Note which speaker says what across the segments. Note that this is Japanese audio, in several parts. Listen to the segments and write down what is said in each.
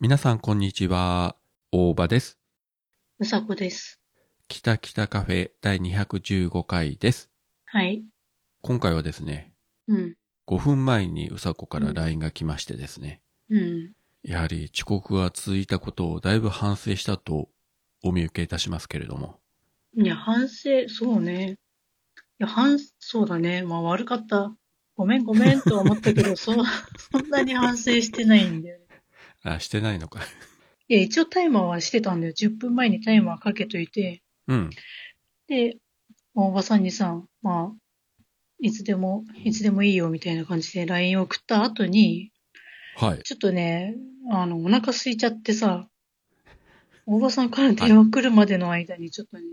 Speaker 1: 皆さん、こんにちは。大場です。
Speaker 2: うさこです。
Speaker 1: 北北カフェ第215回です。
Speaker 2: はい。
Speaker 1: 今回はですね、
Speaker 2: うん。
Speaker 1: 5分前にうさこから LINE が来ましてですね、
Speaker 2: うん。
Speaker 1: やはり遅刻が続いたことをだいぶ反省したとお見受けいたしますけれども、
Speaker 2: いや、反省、そうね。いや、反、そうだね。まあ悪かった。ごめんごめんとは思った けど、そう、そんなに反省してないんだよね。
Speaker 1: あ、してないのか。
Speaker 2: いや、一応タイマーはしてたんだよ。10分前にタイマーかけといて。
Speaker 1: うん。
Speaker 2: で、まあおばさんにさ、まあ、いつでも、いつでもいいよみたいな感じで LINE を送った後に、
Speaker 1: はい。
Speaker 2: ちょっとね、あの、お腹空いちゃっ てさ、おばさんから電話来るまでの間にちょっとね、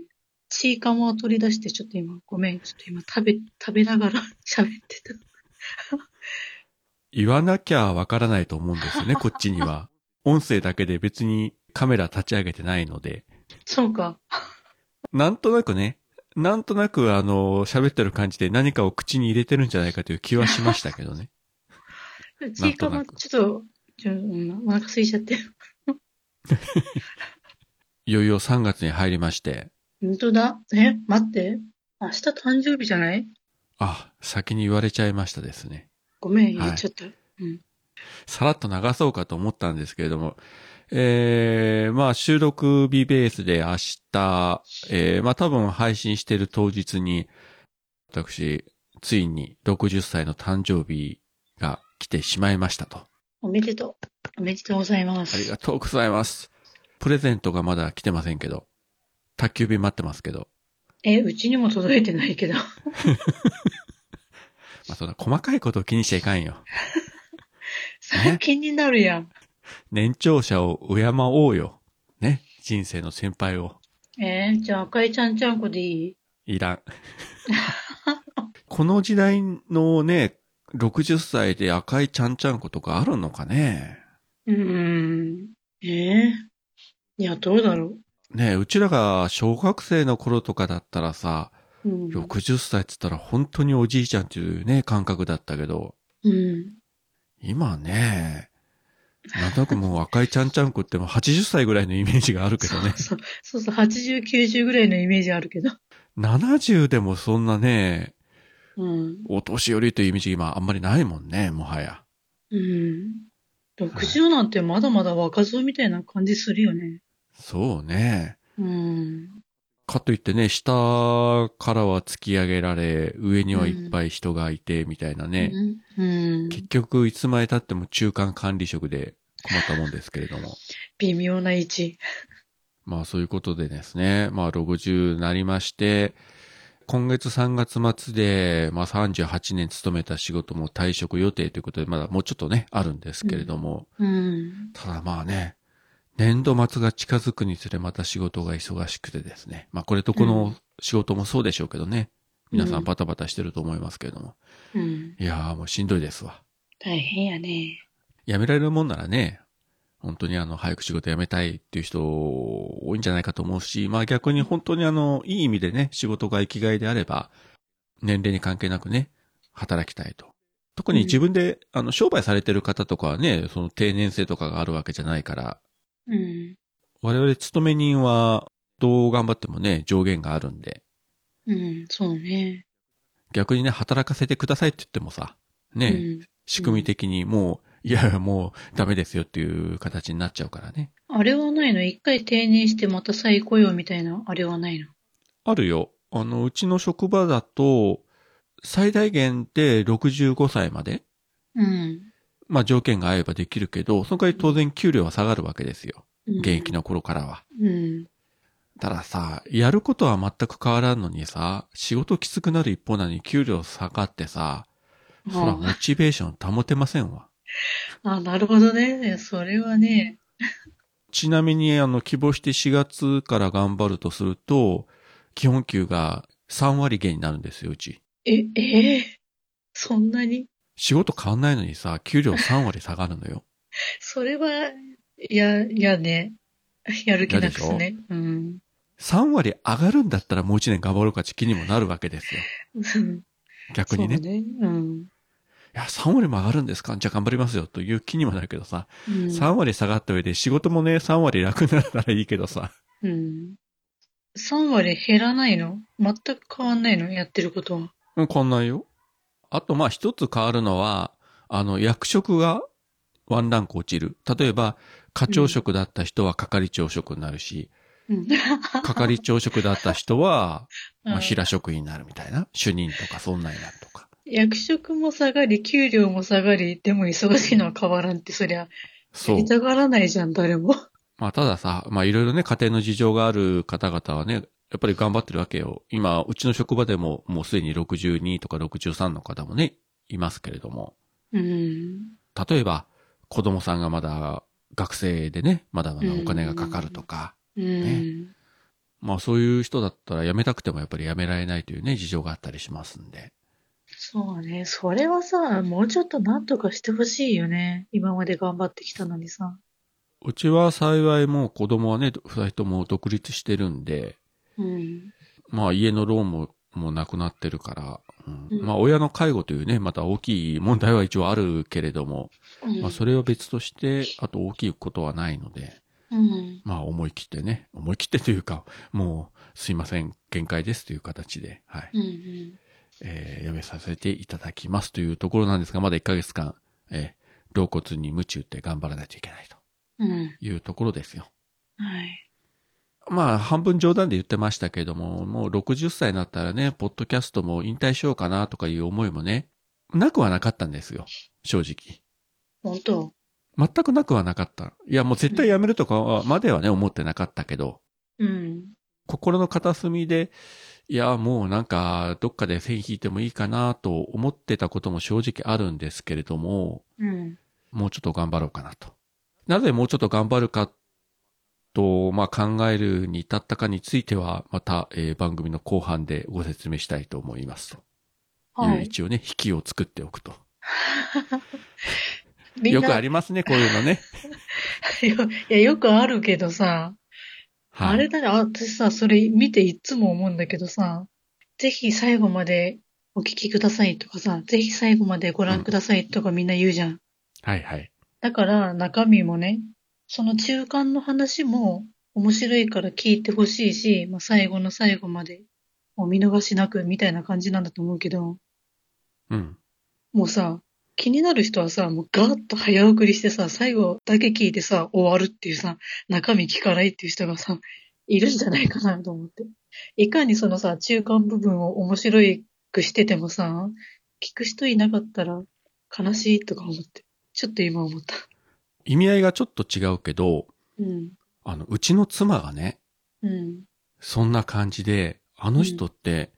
Speaker 2: チーカマを取り出して、ちょっと今、ごめん、ちょっと今食べ、食べながら 喋ってた。
Speaker 1: 言わなきゃわからないと思うんですよね、こっちには。音声だけで別にカメラ立ち上げてないので、
Speaker 2: そうか。
Speaker 1: なんとなくね、なんとなくあの、喋ってる感じで何かを口に入れてるんじゃないかという気はしましたけどね。
Speaker 2: チーカ
Speaker 1: な
Speaker 2: マ、
Speaker 1: んとなく
Speaker 2: ちょっと、ちょうんお腹空いちゃって。
Speaker 1: いよいよ3月に入りまして、
Speaker 2: 本当だ。え、待って。明日誕生日じゃない
Speaker 1: あ、先に言われちゃいましたですね。
Speaker 2: ごめん、
Speaker 1: はい
Speaker 2: 言っちゃった。うん。
Speaker 1: さらっと流そうかと思ったんですけれども、えー、まあ収録日ベースで明日、えー、まあ多分配信してる当日に、私、ついに60歳の誕生日が来てしまいましたと。
Speaker 2: おめでとう。おめでとうございま
Speaker 1: あり
Speaker 2: す。
Speaker 1: がとうございます。プレゼントがまだ来てませんけど、宅急便待ってますけど、
Speaker 2: え、うちにも届いてないけど。
Speaker 1: まあそんな細かいことを気にしちゃいかんよ。
Speaker 2: それ気になるやん。
Speaker 1: 年長者を敬おうよ。ね。人生の先輩を。
Speaker 2: えーじゃあ赤いちゃんちゃんこでいい
Speaker 1: いらん。この時代のね、60歳で赤いちゃんちゃんことかあるのかね。
Speaker 2: うーん。ええいや、どうだろ
Speaker 1: ねうちらが小学生の頃とかだったらさ、
Speaker 2: う。うん。
Speaker 1: 60歳って言ったら本当におじいちゃんっていうね、感覚だったけど、
Speaker 2: うん。
Speaker 1: 今ね、なんとなくもう赤いちゃんちゃんこってもう80歳ぐらいのイメージがあるけどね。
Speaker 2: そうそうそう、80、90ぐらいのイメージあるけど。
Speaker 1: 70でもそんなね、
Speaker 2: うん。
Speaker 1: お年寄りというイメージ今あんまりないもんね、もはや。
Speaker 2: うん。60なんてまだまだ若造みたいな感じするよね。
Speaker 1: そうね。
Speaker 2: うん。
Speaker 1: かといってね、下からは突き上げられ、上にはいっぱい人がいて、みたいなね。
Speaker 2: うん。
Speaker 1: 結局、いつまで経っても中間管理職で困ったもんですけれども。
Speaker 2: 微妙な位置。
Speaker 1: まあそういうことでですね、まあ60になりまして、今月3月末で、まあ38年勤めた仕事も退職予定ということで、まだもうちょっとね、あるんですけれども、
Speaker 2: うん。
Speaker 1: ただまあね、年度末が近づくにつれまた仕事が忙しくてですね。まあこれとこ
Speaker 2: う
Speaker 1: の仕事もそうでしょうけどね。皆さ
Speaker 2: うん
Speaker 1: んバタバタしてると思いますけれども。
Speaker 2: うん。
Speaker 1: いやーもうしんどいですわ。
Speaker 2: 大変やね。
Speaker 1: 辞められるもんならね、本当にあの早く仕事辞めたいっていう人多いんじゃないかと思うし、まあ逆に本当にあのいい意味でね、仕事が生きがいであれば、年齢に関係なくね、働きたいと。特に自分で、あの商売されてる方とかはね、その定年制とかがあるわけじゃないから、
Speaker 2: うん。
Speaker 1: 我々勤め人は、どう頑張ってもね、上限があるんで、
Speaker 2: うん。そうね。
Speaker 1: 逆にね、働かせてくださいって言ってもさ、ね、
Speaker 2: うん。
Speaker 1: 仕組み的にもう、いやいや、もうダメですよっていう形になっちゃうからね。
Speaker 2: あれはないの一回定年してまた再雇用みたいな、あれはないの
Speaker 1: あるよ。あの、うちの職場だと、最大限で65歳まで、
Speaker 2: うん。
Speaker 1: まあ条件が合えばできるけど、その代わり当然給料は下がるわけですよ。
Speaker 2: うん
Speaker 1: 現役の頃からは。
Speaker 2: うん。
Speaker 1: たださ、やることは全く変わらんのにさ、仕事きつくなる一方なのに給料下がってさ、そらモチベーション保てませんわ。
Speaker 2: あ、なるほどね。それはね。
Speaker 1: ちなみに、あの、希望して4月から頑張るとすると、基本給が3割減になるんですよ、うち。
Speaker 2: え、ええそんなに
Speaker 1: 仕事変わんないのにさ、給料3割下がるのよ。
Speaker 2: それは、いや、いやね。やる気なくすね。うん。
Speaker 1: 3割上がるんだったらもう1年頑張ろうかって気にもなるわけですよ。逆にね。
Speaker 2: そうね。うん。
Speaker 1: や、3割も上がるんですかじゃあ頑張りますよという気にもなるけどさ、
Speaker 2: うん。
Speaker 1: 3割下がった上で仕事もね、3割楽になったらいいけどさ、
Speaker 2: うん。3割減らないの全く変わんないのやってることは。
Speaker 1: うん、変わんないよ。あと、まあ、一つ変わるのは、あの、役職がワンランク落ちる。例えば、課長職だった人は係長職になるし、
Speaker 2: うん。
Speaker 1: 係長職だった人 は、ま
Speaker 2: う
Speaker 1: あ、
Speaker 2: ん
Speaker 1: 平職員になるみたいな。主任とか、そんなんになるとか。
Speaker 2: 役職も下がり、給料も下がり、でも忙しいのは変わらんって、そりゃ、
Speaker 1: そ
Speaker 2: や
Speaker 1: う
Speaker 2: り。たがらないじゃん、誰も。
Speaker 1: まあ、たださ、まあ、いろいろね、家庭の事情がある方々はね、やっぱり頑張ってるわけよ。今、うちの職場でも、もうすでに62とか63の方もね、いますけれども。
Speaker 2: うん。
Speaker 1: 例えば、子供さんがまだ学生でね、まだまだ
Speaker 2: うん
Speaker 1: お金がかかるとか、
Speaker 2: うん。
Speaker 1: まあそういう人だったら辞めたくてもやっぱり辞められないというね、事情があったりしますんで。
Speaker 2: そうね。それはさ、もうちょっとなんとかしてほしいよね。今まで頑張ってきたのにさ。
Speaker 1: うちは幸いもう子供はね、二人とも独立してるんで、
Speaker 2: うん。
Speaker 1: まあ家のローンも、もうなくなってるから、うん
Speaker 2: うん
Speaker 1: まあ親の介護というね、また大きい問題は一応あるけれども、
Speaker 2: うん
Speaker 1: まあそれは別として、あと大きいことはないので、
Speaker 2: うん。
Speaker 1: まあ思い切ってね、思い切ってというか、もうすいません、限界ですという形で、はい。
Speaker 2: うんうん。
Speaker 1: えー、やめさせていただきますというところなんですが、まだ1ヶ月間、えー、老骨に鞭打って頑張らないといけないと
Speaker 2: うん。
Speaker 1: いうところですよ。
Speaker 2: はい。
Speaker 1: まあ、半分冗談で言ってましたけれども、もう60歳になったらね、ポッドキャストも引退しようかなとかいう思いもね、なくはなかったんですよ。正直。
Speaker 2: 本当
Speaker 1: 全くなくはなかった。いや、もう絶対やめるとかはまではね、思ってなかったけど、
Speaker 2: うん。
Speaker 1: 心の片隅で、いや、もうなんか、どっかで線引いてもいいかなと思ってたことも正直あるんですけれども、
Speaker 2: うん。
Speaker 1: もうちょっと頑張ろうかなと。なぜもうちょっと頑張るかと、まあ、考えるに至ったかについては、また、えー番組の後半でご説明したいと思いますと。。
Speaker 2: はいい。
Speaker 1: 一応ね、引きを作っておくと。
Speaker 2: みん
Speaker 1: よ
Speaker 2: な
Speaker 1: くありますね、こういうのね。
Speaker 2: よいや、よくあるけどさ、
Speaker 1: はい。
Speaker 2: あれだね、あ私さ、それ見ていつも思うんだけどさ、ぜひ最後までお聞きくださいとかさ、ぜひ最後までご覧くださいとかみんな言うじゃん。
Speaker 1: はいはい。
Speaker 2: だから中身もね、その中間の話も面白いから聞いてほしいし、まあ、最後の最後までお見逃しなくみたいな感じなんだと思うけど、
Speaker 1: うん。
Speaker 2: もうさ、気になる人はさ、もうガーッと早送りしてさ、最後だけ聞いてさ、終わるっていうさ、中身聞かないっていう人がさ、いるんじゃないかなと思って。いかにそのさ、中間部分を面白くしててもさ、聞く人いなかったら悲しいとか思って。ちょっと今思った。
Speaker 1: 意味合いがちょっと違うけど、
Speaker 2: うん。
Speaker 1: あの、うちの妻がね、
Speaker 2: うん。
Speaker 1: そんな感じで、あの人って、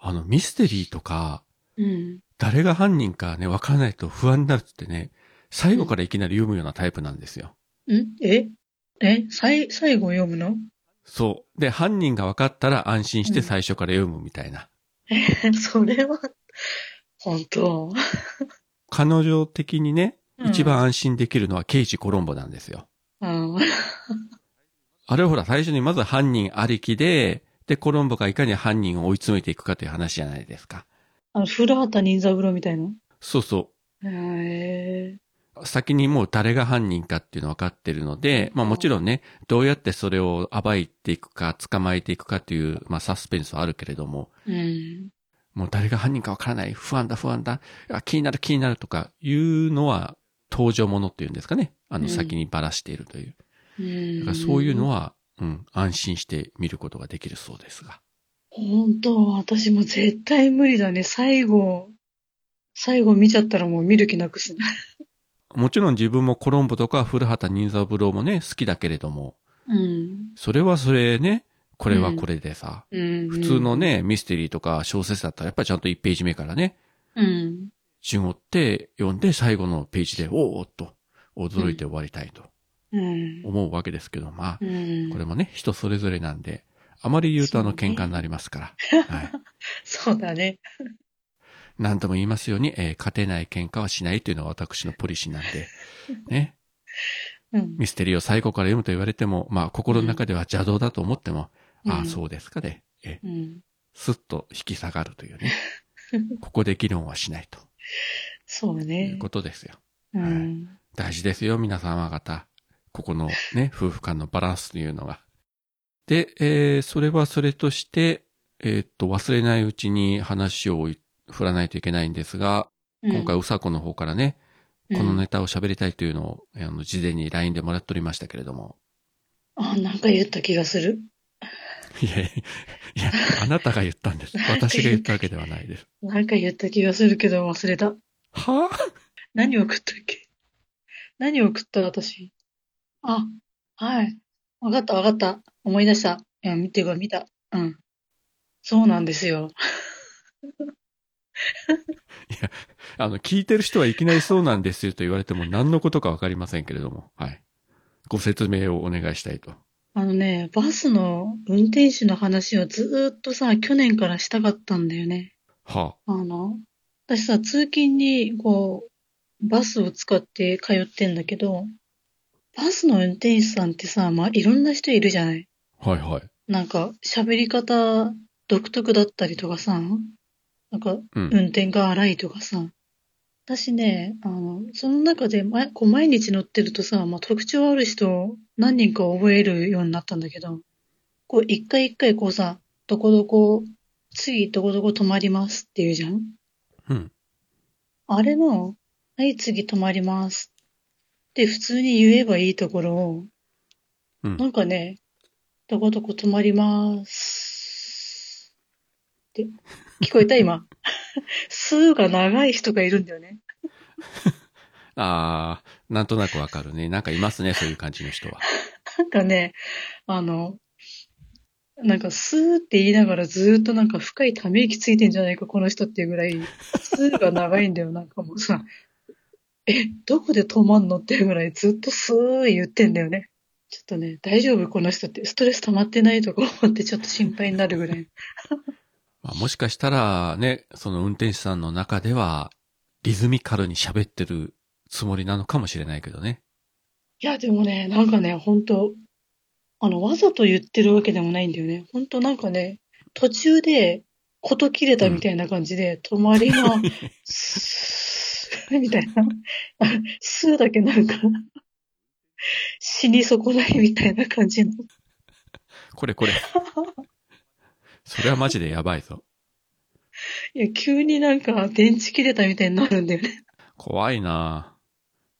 Speaker 1: あの、ミステリーとか、
Speaker 2: うん。
Speaker 1: 誰が犯人かね、わからないと不安になるって言ってね、最後からいきなり読むようなタイプなんですよ。
Speaker 2: んええ最、最後読むの
Speaker 1: そう。で、犯人が分かったら安心して最初から読むみたいな。
Speaker 2: それは、本当
Speaker 1: 彼女的にね、
Speaker 2: うん
Speaker 1: 一番安心できるのは刑事コロンボなんですよ。
Speaker 2: うん。
Speaker 1: あれはほら、最初にまず犯人ありきで、で、コロンボがいかに犯人を追い詰めていくかという話じゃないですか。
Speaker 2: あの、古畑任三郎みたいな。
Speaker 1: そうそ
Speaker 2: へえ。
Speaker 1: う。先にもう誰が犯人かっていうの分かってるので、まあもちろんね、どうやってそれを暴いていくか、捕まえていくかという、まあサスペンスはあるけれども、
Speaker 2: うん。
Speaker 1: もう誰が犯人かわからない、不安だ不安だ、あ気になる気になるとかいうのは登場ものっていうんですかね。あ
Speaker 2: う
Speaker 1: の
Speaker 2: ん
Speaker 1: 先にばらしているという。
Speaker 2: うん。
Speaker 1: だからそういうの
Speaker 2: は。
Speaker 1: は、うん、安心して見ることができるそうですが。
Speaker 2: 本当私も絶対無理だね。最後、最後見ちゃったらもう見る気なくすな。
Speaker 1: もちろん自分もコロンボとか古畑任三郎もね、好きだけれども、
Speaker 2: うん。
Speaker 1: それはそれね、これはこれでさ、
Speaker 2: うん。
Speaker 1: 普通の。ね、ミステリーとか小説だったらやっぱりちゃんと1ページ目からね、
Speaker 2: うん。
Speaker 1: 順を追って読んで最後のページで、おーっと驚いて終わりたいと
Speaker 2: うん。
Speaker 1: 思うわけですけど、まあ、
Speaker 2: うん。
Speaker 1: これもね、人それぞれなんで、あまり言うとあの
Speaker 2: そうね
Speaker 1: 喧嘩になりますから。はい。
Speaker 2: そうだね。
Speaker 1: 何度も言いますように、えー勝てない喧嘩はしないというのは私のポリシーなんで、ね。
Speaker 2: うん。
Speaker 1: ミステリーを最後から読むと言われても、まあ心の中では邪道だと思っても、ああ、そうですかで、え
Speaker 2: うん。うん。
Speaker 1: ー、すっと引き下がるというね。ここで議論はしないと。
Speaker 2: そう
Speaker 1: とい
Speaker 2: ね
Speaker 1: う。ことですよ。
Speaker 2: うん。
Speaker 1: 大事ですよ、皆様方。ここのね、夫婦間のバランスというのが。で、えーそれはそれとして、えーっと、忘れないうちに話を振らないといけないんですが、今回、うさこの方からね、
Speaker 2: 回
Speaker 1: このネタを喋りたいというのを、あの、事前に LINE でもらっておりましたけれども。
Speaker 2: あ、なんか言った気がする。
Speaker 1: いや、いや、あなたが言ったんです。私が言ったわけではないです。
Speaker 2: なんか言った気がするけど忘れた。
Speaker 1: はぁ
Speaker 2: 何送ったっけ何送った私。あ、はい。わかったわかった。思い出した。いや、見てば見た。うん。そうなんですよ。
Speaker 1: あの、聞いてる人はいきなりそうなんですよと言われても何のことかわかりませんけれども。はい。ご説明をお願いしたいと。
Speaker 2: あのね、バスの運転手の話をずーっとさ、去年からしたかったんだよね。
Speaker 1: は
Speaker 2: あの、私さ、通勤に、こう、バスを使って通ってんだけど、バスの運転手さんってさ、まあ、いろんな人いるじゃない
Speaker 1: あ、はいはい。
Speaker 2: なんか、喋り方独特だったりとかさ、なんか、
Speaker 1: うん。
Speaker 2: 運転が荒いとかさ。私ね、あの、その中で、ま、こう毎日乗ってるとさ、まあ、特徴ある人何人か覚えるようになったんだけど、こう一回一回こうさ、どこどこ、次どこどこ止まりますって言うじゃん
Speaker 1: うん。
Speaker 2: あれの、はい、次止まります。って普通に言えばいいところを、
Speaker 1: うん
Speaker 2: なんかね、どこどこ止まります。って、聞こえ た今。数が長い人がいるんだよね。
Speaker 1: ああ、なんとなくわかるね。なんかいますね、そういう感じの人は。
Speaker 2: なんかね、あの、なんかスーって言いながらずーっとなんか深いため息ついてんじゃないか、この人っていうぐらい、スーが長いんだよ。なんかもうさ、え、どこで止まんのっていうぐらいずっとスー言ってんだよね。ちょっとね、大丈夫この人って、ストレス溜まってないとか思ってちょっと心配になるぐらい。
Speaker 1: まあ、もしかしたら、ね、その運転手さんの中では、リズミカルに喋ってるつもりなのかもしれないけどね。
Speaker 2: いや、でもね、なんかね、本当あの、わざと言ってるわけでもないんだよね。本当なんかね、途中で、こと切れたみたいな感じで、止まりが、スー みたいな、あスーだけなんか、死に損ないみたいな感じの。
Speaker 1: こ れこれ。それはマジでやばいぞ。
Speaker 2: いや、急になんか、電池切れたみたいになるんだよね。
Speaker 1: 怖いな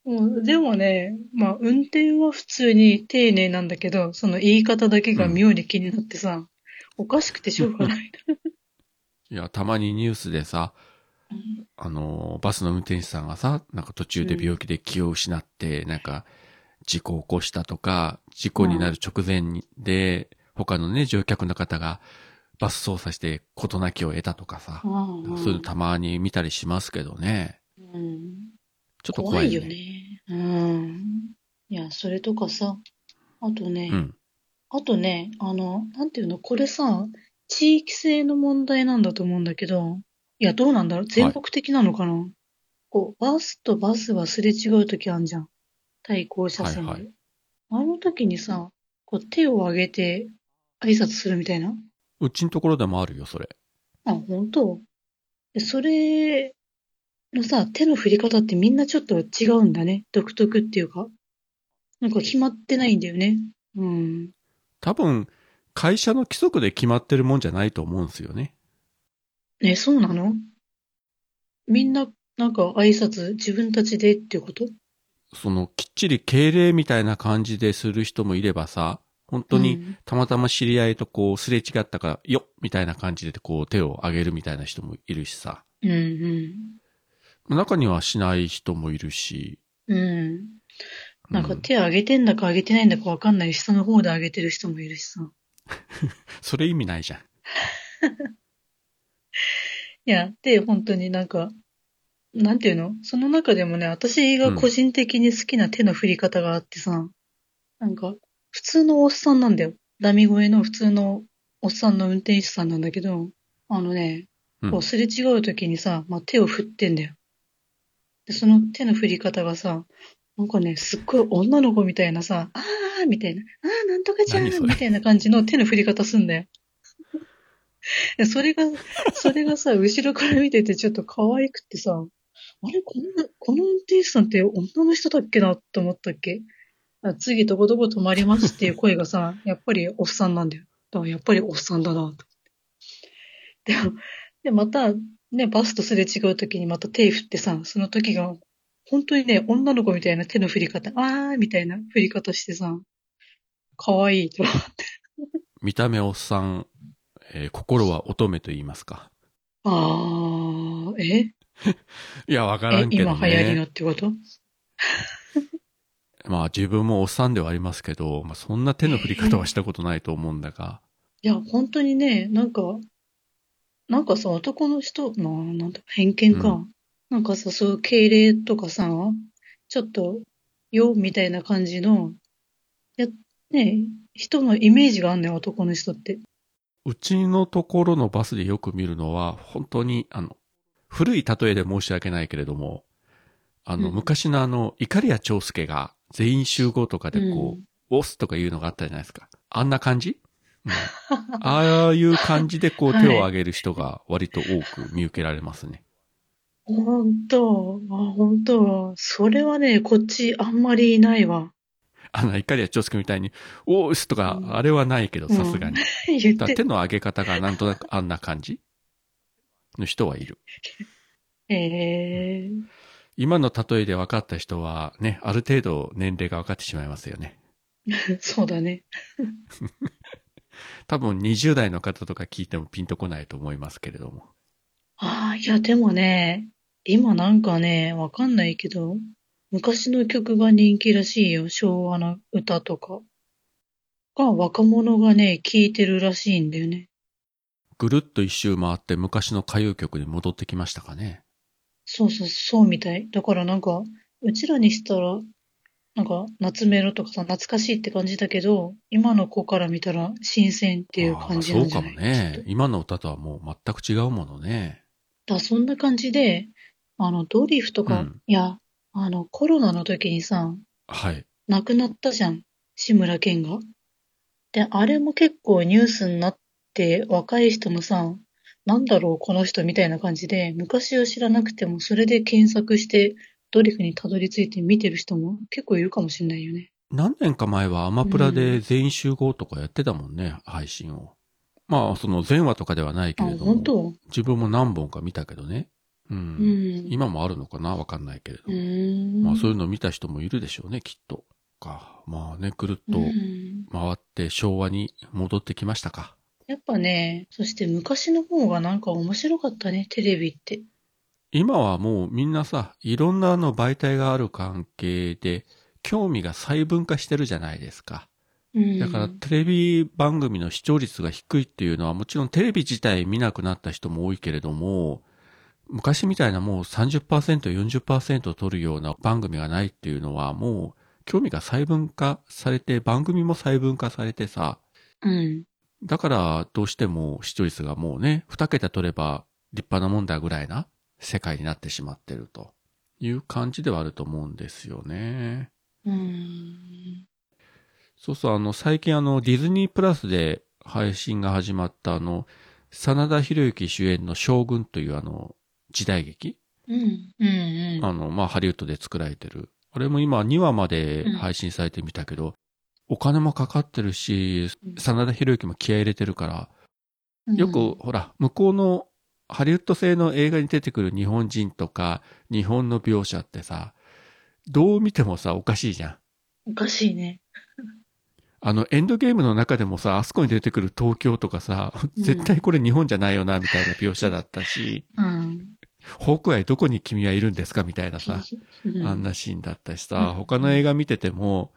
Speaker 2: うんでもね、まあ、運転は普通に丁寧なんだけど、その言い方だけが妙に気になってさ、おかしくてしょうがない。
Speaker 1: いや、たまにニュースでさ、あの、バスの運転手さんがさ、なんか途中で病気で気を失って、なんか、事故を起こしたとか、事故になる直前にで、他のね、乗客の方が、バス操作して事なきを得たとかさ、
Speaker 2: うんうん
Speaker 1: そういうのたまに見たりしますけどね。
Speaker 2: うん
Speaker 1: ちょっと
Speaker 2: 怖
Speaker 1: 怖
Speaker 2: い
Speaker 1: い
Speaker 2: よ
Speaker 1: よね。
Speaker 2: ね。うん。いや、それとかさ、あとね、
Speaker 1: うん。
Speaker 2: あとね、あの、なんていうの、これさ、地域性の問題なんだと思うんだけど、いや、どうなんだろう全国的なのかな、こう、バスとバスがすれ違うときあんじゃん。対向車線で。
Speaker 1: はいはい
Speaker 2: あの時にさ、こう、手を挙げて挨拶するみたいな。
Speaker 1: うちのところでもあるよ、それ。
Speaker 2: あ、本当えそれのさ、手の振り方ってみんなちょっと違うんだね。独特っていうか。なんか決まってないんだよね。うん。
Speaker 1: 多分、会社の規則で決まってるもんじゃないと思うんですよね。
Speaker 2: え、そうなのみんな、なんか挨拶自分たちでっていうこと
Speaker 1: その、きっちり敬礼みたいな感じでする人もいればさ、本当に、
Speaker 2: うん
Speaker 1: たまたま知り合いとこうすれ違ったから、よっみたいな感じでこう手を挙げるみたいな人もいるしさ。
Speaker 2: うんうん。
Speaker 1: 中にはしない人もいるし。
Speaker 2: うん。なん
Speaker 1: う
Speaker 2: か
Speaker 1: ん
Speaker 2: 手上げてんだか上げてないんだかわかんない下の方で上げてる人もいるしさ。
Speaker 1: それ意味ないじゃん。
Speaker 2: いや、で、本当になんか、なんていうのその中でもね、私が個人的に好きな手の振り方があってさ、なんか、普通のおっさんなんだよ。ダミ声の普通のおっさんの運転手さんなんだけど、あのね、
Speaker 1: うん
Speaker 2: こうすれ違う時にさ、まあ、手を振ってんだよ。で、その手の振り方がさ、なんかね、すっごい女の子みたいなさ、あーみたいな、あーなんとかちゃん
Speaker 1: 何それ
Speaker 2: みたいな感じの手の振り方す んだよ。でそれが、それがさ、後ろから見ててちょっと可愛くってさ、あれこの、この運転手さんって女の人だっけなと思ったっけあ次どこどこ止まりますっていう声がさ、 やっぱりおっさんなんだよ。だからやっぱりおっさんだなと思って。でも、で、また、ね、バスとすれ違う時にまた手振ってさ、その時が、本当にね、女の子みたいな手の振り方、あーみたいな振り方してさ、かわいいと思って。
Speaker 1: 見た目おっさん、えー心は乙女と言いますか。
Speaker 2: あー、え
Speaker 1: いや、わから
Speaker 2: え
Speaker 1: んけど
Speaker 2: 今
Speaker 1: ね。
Speaker 2: 流行りのってこと
Speaker 1: まあ自分もおっさんではありますけど、まあそんな手の振り方はしたことないと思うんだが、
Speaker 2: いや、本当にね、なんか、なんかさ、男の人の、なんだ、偏見か。
Speaker 1: う
Speaker 2: なんかさ、そういう敬礼とかさ、ちょっと、よ、みたいな感じの、や、ね、人のイメージがあんねん、男の人って。
Speaker 1: うちのところのバスでよく見るのは、本当に、あの、古い例えで申し訳ないけれども、あの、
Speaker 2: うん
Speaker 1: 昔のあの、イカリア長介が全員集合とかでこう、オスとかいうのがあったじゃないですか。あんな感じ、うんああいう感じでこう
Speaker 2: はい
Speaker 1: 手を挙げる人が割と多く見受けられますね。
Speaker 2: ほんと、あ、ほんと、それはね、こっちあんまりいないわ。
Speaker 1: あの、イカリア長介みたいに、オースとか、あれはないけど、
Speaker 2: うん
Speaker 1: さすがに。
Speaker 2: 言っ
Speaker 1: だ
Speaker 2: て
Speaker 1: 手の上げ方がなんとなくあんな感じの人はいる。
Speaker 2: えー、
Speaker 1: 今の例えで分かった人はね、ある程度年齢が分かってしまいますよね。
Speaker 2: そうだね。
Speaker 1: 多分20代の方とか聞いてもピンとこないと思いますけれども。
Speaker 2: ああ、いや、でもね、今なんかね、わかんないけど、昔の曲が人気らしいよ。昭和の歌とか。が、若者がね、聴いてるらしいんだよね。
Speaker 1: ぐるっと一周回って昔の歌謡曲に戻ってきましたかね。
Speaker 2: そうそう、そうみたい。だからなんか、うちらにしたら、なんか、夏メロとかさ、懐かしいって感じだけど、今の子から見たら新鮮っていう
Speaker 1: ああ
Speaker 2: 感じなんじゃない
Speaker 1: そうかもね。
Speaker 2: きっ
Speaker 1: 今の歌とはもう全く違うものね。
Speaker 2: とだ、そんな感じで、あの、ドリフとか、
Speaker 1: うん
Speaker 2: いや、あの、コロナの時にさ、
Speaker 1: はい。
Speaker 2: 亡くなったじゃん、志村けんが。で、あれも結構ニュースになって、若い人もさ、なんだろう、この人みたいな感じで、昔を知らなくても、それで検索して、ドリフにたどり着いて見てる人も結構いるかもしれないよね。
Speaker 1: 何年か前はアマプラで全員集合とかやってたもんね、配信を。まあ、その全話とかではないけ
Speaker 2: あ、
Speaker 1: れども
Speaker 2: 本。当
Speaker 1: 自分も何本か見たけどね。うん。
Speaker 2: うん。
Speaker 1: 今もあるのかなわかんないけれど。
Speaker 2: うーん。
Speaker 1: まあそういうのを見た人もいるでしょうね、きっと。か。まあね、ぐるっと
Speaker 2: うん
Speaker 1: 回って昭和に戻ってきましたか。
Speaker 2: やっぱね、そして昔の方がなんか面白かったね、テレビって。
Speaker 1: 今はもうみんなさ、いろんなあの媒体がある関係で、興味が細分化してるじゃないですか。
Speaker 2: うん。
Speaker 1: だからテレビ番組の視聴率が低いっていうのはもちろんテレビ自体見なくなった人も多いけれども、昔みたいなもう30%、40%取るような番組がないっていうのはもう興味が細分化されて、番組も細分化されてさ、
Speaker 2: うん。
Speaker 1: だからどうしても視聴率がもうね、2桁取れば立派なもんだぐらいな世界になってしまってるという感じではあると思うんですよね。
Speaker 2: うん。
Speaker 1: そうそう、あの、最近あの、ディズニープラスで配信が始まったあの、真田広之主演の将軍というあの、時代劇
Speaker 2: うん。うん。うん。
Speaker 1: あの、まあ、ハリウッドで作られてる。あれも今2話まで
Speaker 2: うん
Speaker 1: 配信されてみたけど、お金もかかってるし、真田広之も気合い入れてるから、
Speaker 2: うん
Speaker 1: よく、ほら、向こうのハリウッド製の映画に出てくる日本人とか、日本の描写ってさ、どう見てもさ、おかしいじゃん。
Speaker 2: おかしいね。
Speaker 1: あの、エンドゲームの中でもさ、あそこに出てくる東京とかさ、
Speaker 2: うん
Speaker 1: 絶対これ日本じゃないよな、みたいな描写だった し、
Speaker 2: うん。
Speaker 1: ホークアイどこに君はいるんですかみたいなさ、
Speaker 2: うん
Speaker 1: あんなシーンだったしさ、
Speaker 2: うん
Speaker 1: 他の映画見てても、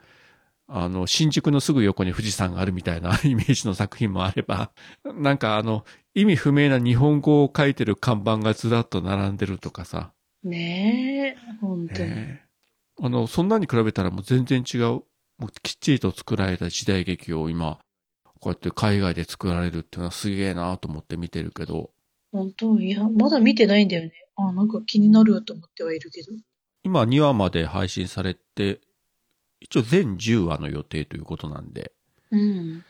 Speaker 1: あの、新宿のすぐ横に富士山があるみたいな イメージの作品もあれば、なんかあの、意味不明な日本語を書いてる看板がずらっと並んでるとかさ、
Speaker 2: ねえ、本当に。
Speaker 1: ええあの、そんなに比べたらもう全然違う、もうきっちりと作られた時代劇を今、こうやって海外で作られるっていうのはすげえなと思って見てるけど、
Speaker 2: 本当、いや、まだ見てないんだよね。あ、なんか気になると思ってはいるけど。
Speaker 1: 今2話まで配信されて、一応全10話の予定ということなんで、
Speaker 2: うん。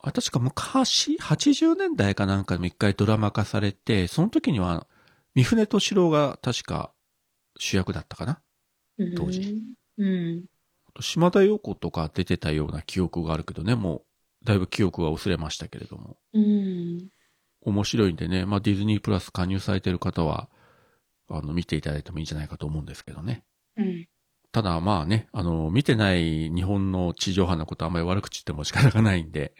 Speaker 1: あ確か昔、80年代かなんかでも一回ドラマ化されて、その時には、三船敏郎が確か主役だったかな
Speaker 2: うん
Speaker 1: 当時。
Speaker 2: うん。
Speaker 1: 島田陽子とか出てたような記憶があるけどね、もう、だいぶ記憶は薄れましたけれども。
Speaker 2: うん。
Speaker 1: 面白いんでね、まあ、ディズニープラス加入されてる方は、あの、見ていただいてもいいんじゃないかと思うんですけどね。
Speaker 2: うん。
Speaker 1: ただまあね、あの、見てない日本の地上波のことあんまり悪口言っても仕方がないんで、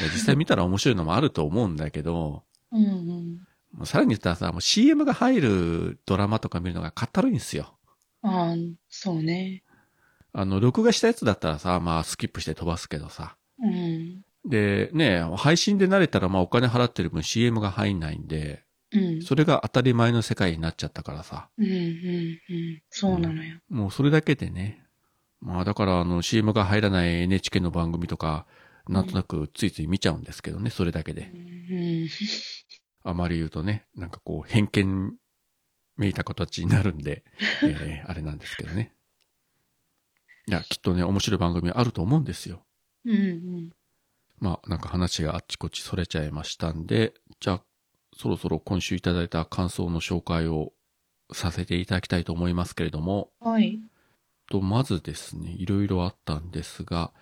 Speaker 1: いや実際見たら面白いのもあると思うんだけど、
Speaker 2: うんうん。
Speaker 1: もうさらに言ったらさ、もう CM が入るドラマとか見るのがかったるいんですよ。
Speaker 2: ああ、そうね。
Speaker 1: あの、録画したやつだったらさ、まあスキップして飛ばすけどさ。
Speaker 2: うん。
Speaker 1: で、ね、配信で慣れたらまあお金払ってる分 CM が入んないんで、
Speaker 2: うん。
Speaker 1: それが当たり前の世界になっちゃったからさ。
Speaker 2: うんうんうん。そうなのよ。
Speaker 1: もうそれだけでね。まあだからあの CM が入らない NHK の番組とか、なんとなくついつい見ちゃうんですけどね、それだけ
Speaker 2: う
Speaker 1: で。
Speaker 2: ん。
Speaker 1: あまり言うとね、なんかこう偏見めいた形になるんで、えーあれなんですけどね。いや、きっとね、面白い番組あると思うんですよ。
Speaker 2: うんうん。
Speaker 1: まあなんか話があっちこっちそれちゃいましたんで、じゃあそろそろ今週いただいた感想の紹介をさせていただきたいと思いますけれども、
Speaker 2: はい。
Speaker 1: と、まずですね、いろいろあったんですが、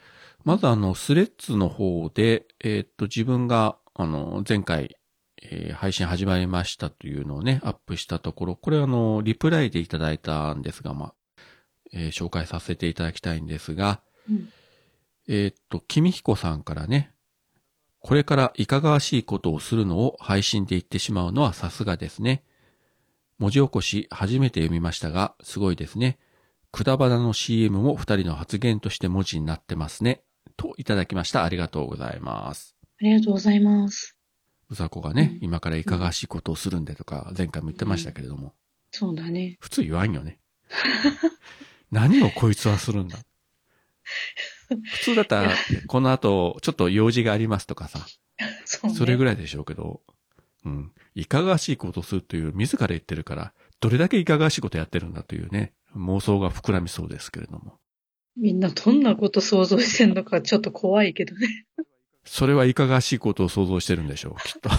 Speaker 1: まずあの、スレッズの方で、えーっと、自分が、あの、前回、えー配信始まりましたというのをね、アップしたところ、これあの、リプライでいただいたんですが、まあ、えー紹介させていただきたいんですが、
Speaker 2: うん
Speaker 1: えーっと、君彦さんからね、これからいかがわしいことをするのを配信で言ってしまうのはさすがですね。文字起こし初めて読みましたが、すごいですね。くだばなの CM も二人の発言として文字になってますね。といただきました。ありがとうございます。
Speaker 2: ありがとうございます。
Speaker 1: うさこがね、
Speaker 2: うん
Speaker 1: 今からいかがわしいことをするんでとか、前回も言ってましたけれども、
Speaker 2: そうだね。
Speaker 1: 普通言わんよね。何をこいつはするんだ。普通だった ら、この後、ちょっと用事がありますとかさ、
Speaker 2: そうね。
Speaker 1: それぐ
Speaker 2: らい。
Speaker 1: らいでしょうけど、うん。いかがわしいことをするという自ら言ってるから、どれだけいかがわしいことやってるんだというね、妄想が膨らみそうですけれども。
Speaker 2: みんなどんなこと想像してんのかちょっと怖いけどね。
Speaker 1: それはいかがわしいことを想像してるんでしょう、きっ と。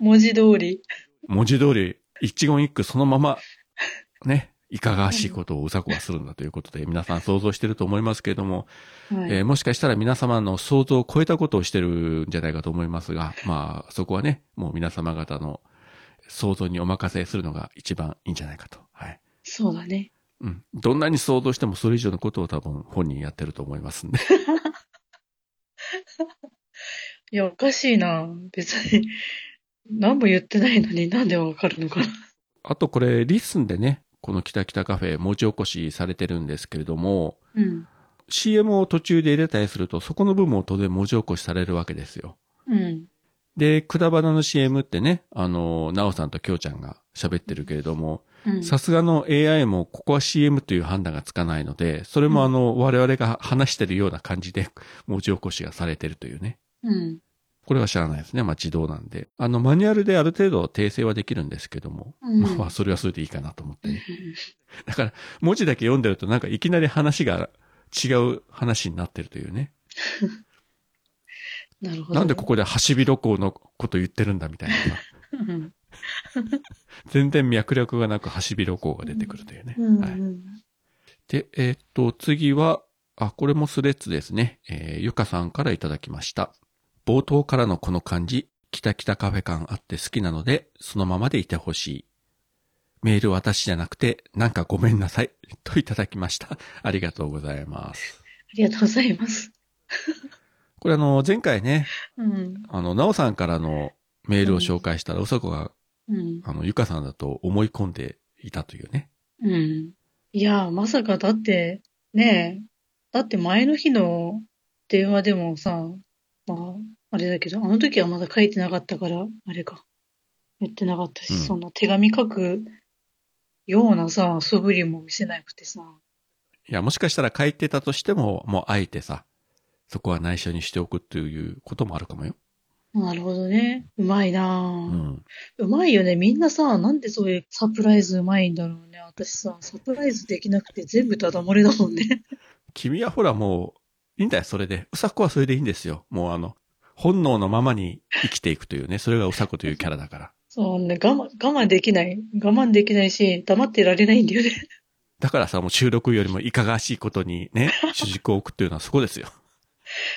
Speaker 2: 文字通り。
Speaker 1: 文字通り、一言一句そのまま、ね、いかがわしいことをうさこはするんだということで、皆さん想像してると思いますけれども、
Speaker 2: はい。
Speaker 1: えーもしかしたら皆様の想像を超えたことをしてるんじゃないかと思いますが、まあ、そこはね、もう皆様方の想像にお任せするのが一番いいんじゃないかと。はい。
Speaker 2: そうだね。
Speaker 1: うん。どんなに想像してもそれ以上のことを多分本人やってると思いますんで。
Speaker 2: いや、おかしいな。別に。何も言ってないのになんでわかるのかな。
Speaker 1: あとこれ、リスンでね、このキタキタカフェ文字起こしされてるんですけれども、
Speaker 2: うん。
Speaker 1: CM を途中で入れたりすると、そこの部分を当然文字起こしされるわけですよ。
Speaker 2: うん。
Speaker 1: で、くだばなの CM ってね、あの、なおさんときょうちゃんが喋ってるけれども、
Speaker 2: うん。
Speaker 1: さすがの AI もここは CM という判断がつかないので、それもあの、我々が話してるような感じで文字起こしがされてるというね。
Speaker 2: うん。
Speaker 1: これは知らないですね。まあ自動なんで。あの、マニュアルである程度訂正はできるんですけども、
Speaker 2: うん
Speaker 1: まあまあそれはそれでいいかなと思ってね。 だから、文字だけ読んでるとなんかいきなり話が違う話になってるというね。
Speaker 2: なるほど。
Speaker 1: なんでここでハシビロコウのこと言ってるんだみたいな さ。
Speaker 2: うん。
Speaker 1: 全然脈略がなくハシビロコウが出てくるというね。
Speaker 2: うん。
Speaker 1: はい、
Speaker 2: うん
Speaker 1: で、えーっと、次は、あ、これもスレッズですね。えーゆかさんからいただきました。冒頭からのこの感じ、キタキタカフェ感あって好きなので、そのままでいてほしい。メール私じゃなくて、なんかごめんなさい。 といただきました。ありがとうございます。
Speaker 2: ありがとうございます。
Speaker 1: これあの、前回ね、
Speaker 2: うん。
Speaker 1: あの、なおさんからのメールを紹介したら、うさこが、
Speaker 2: うん。
Speaker 1: あの、ゆかさんだと思い込んでいたというね。
Speaker 2: うん。いや、まさかだって、ねえ、だって前の日の電話でもさ、まあ、あれだけど、あの時はまだ書いてなかったから、あれか、言ってなかったし、
Speaker 1: うん
Speaker 2: そんな手紙書くようなさ、素振りも見せなくてさ、
Speaker 1: いや、もしかしたら書いてたとしても、もうあえてさ、そこは内緒にしておくっていうこともあるかもよ。
Speaker 2: なるほどね。うまいな
Speaker 1: う
Speaker 2: ぁ。
Speaker 1: ん。
Speaker 2: うまいよね。みんなさ、なんでそういうサプライズうまいんだろうね。私さ、サプライズできなくて全部ダダ漏れだもんね。
Speaker 1: 君はほらもう、いいんだよ、それで。うさこはそれでいいんですよ。もうあの、本能のままに生きていくというね、それがうさこというキャラだから。
Speaker 2: そうね、我慢、我慢できない。我慢できないし、黙ってられないんだよね。
Speaker 1: だからさ、もう収録よりもいかがわしいことにね、主軸を置くっていうのはそこですよ。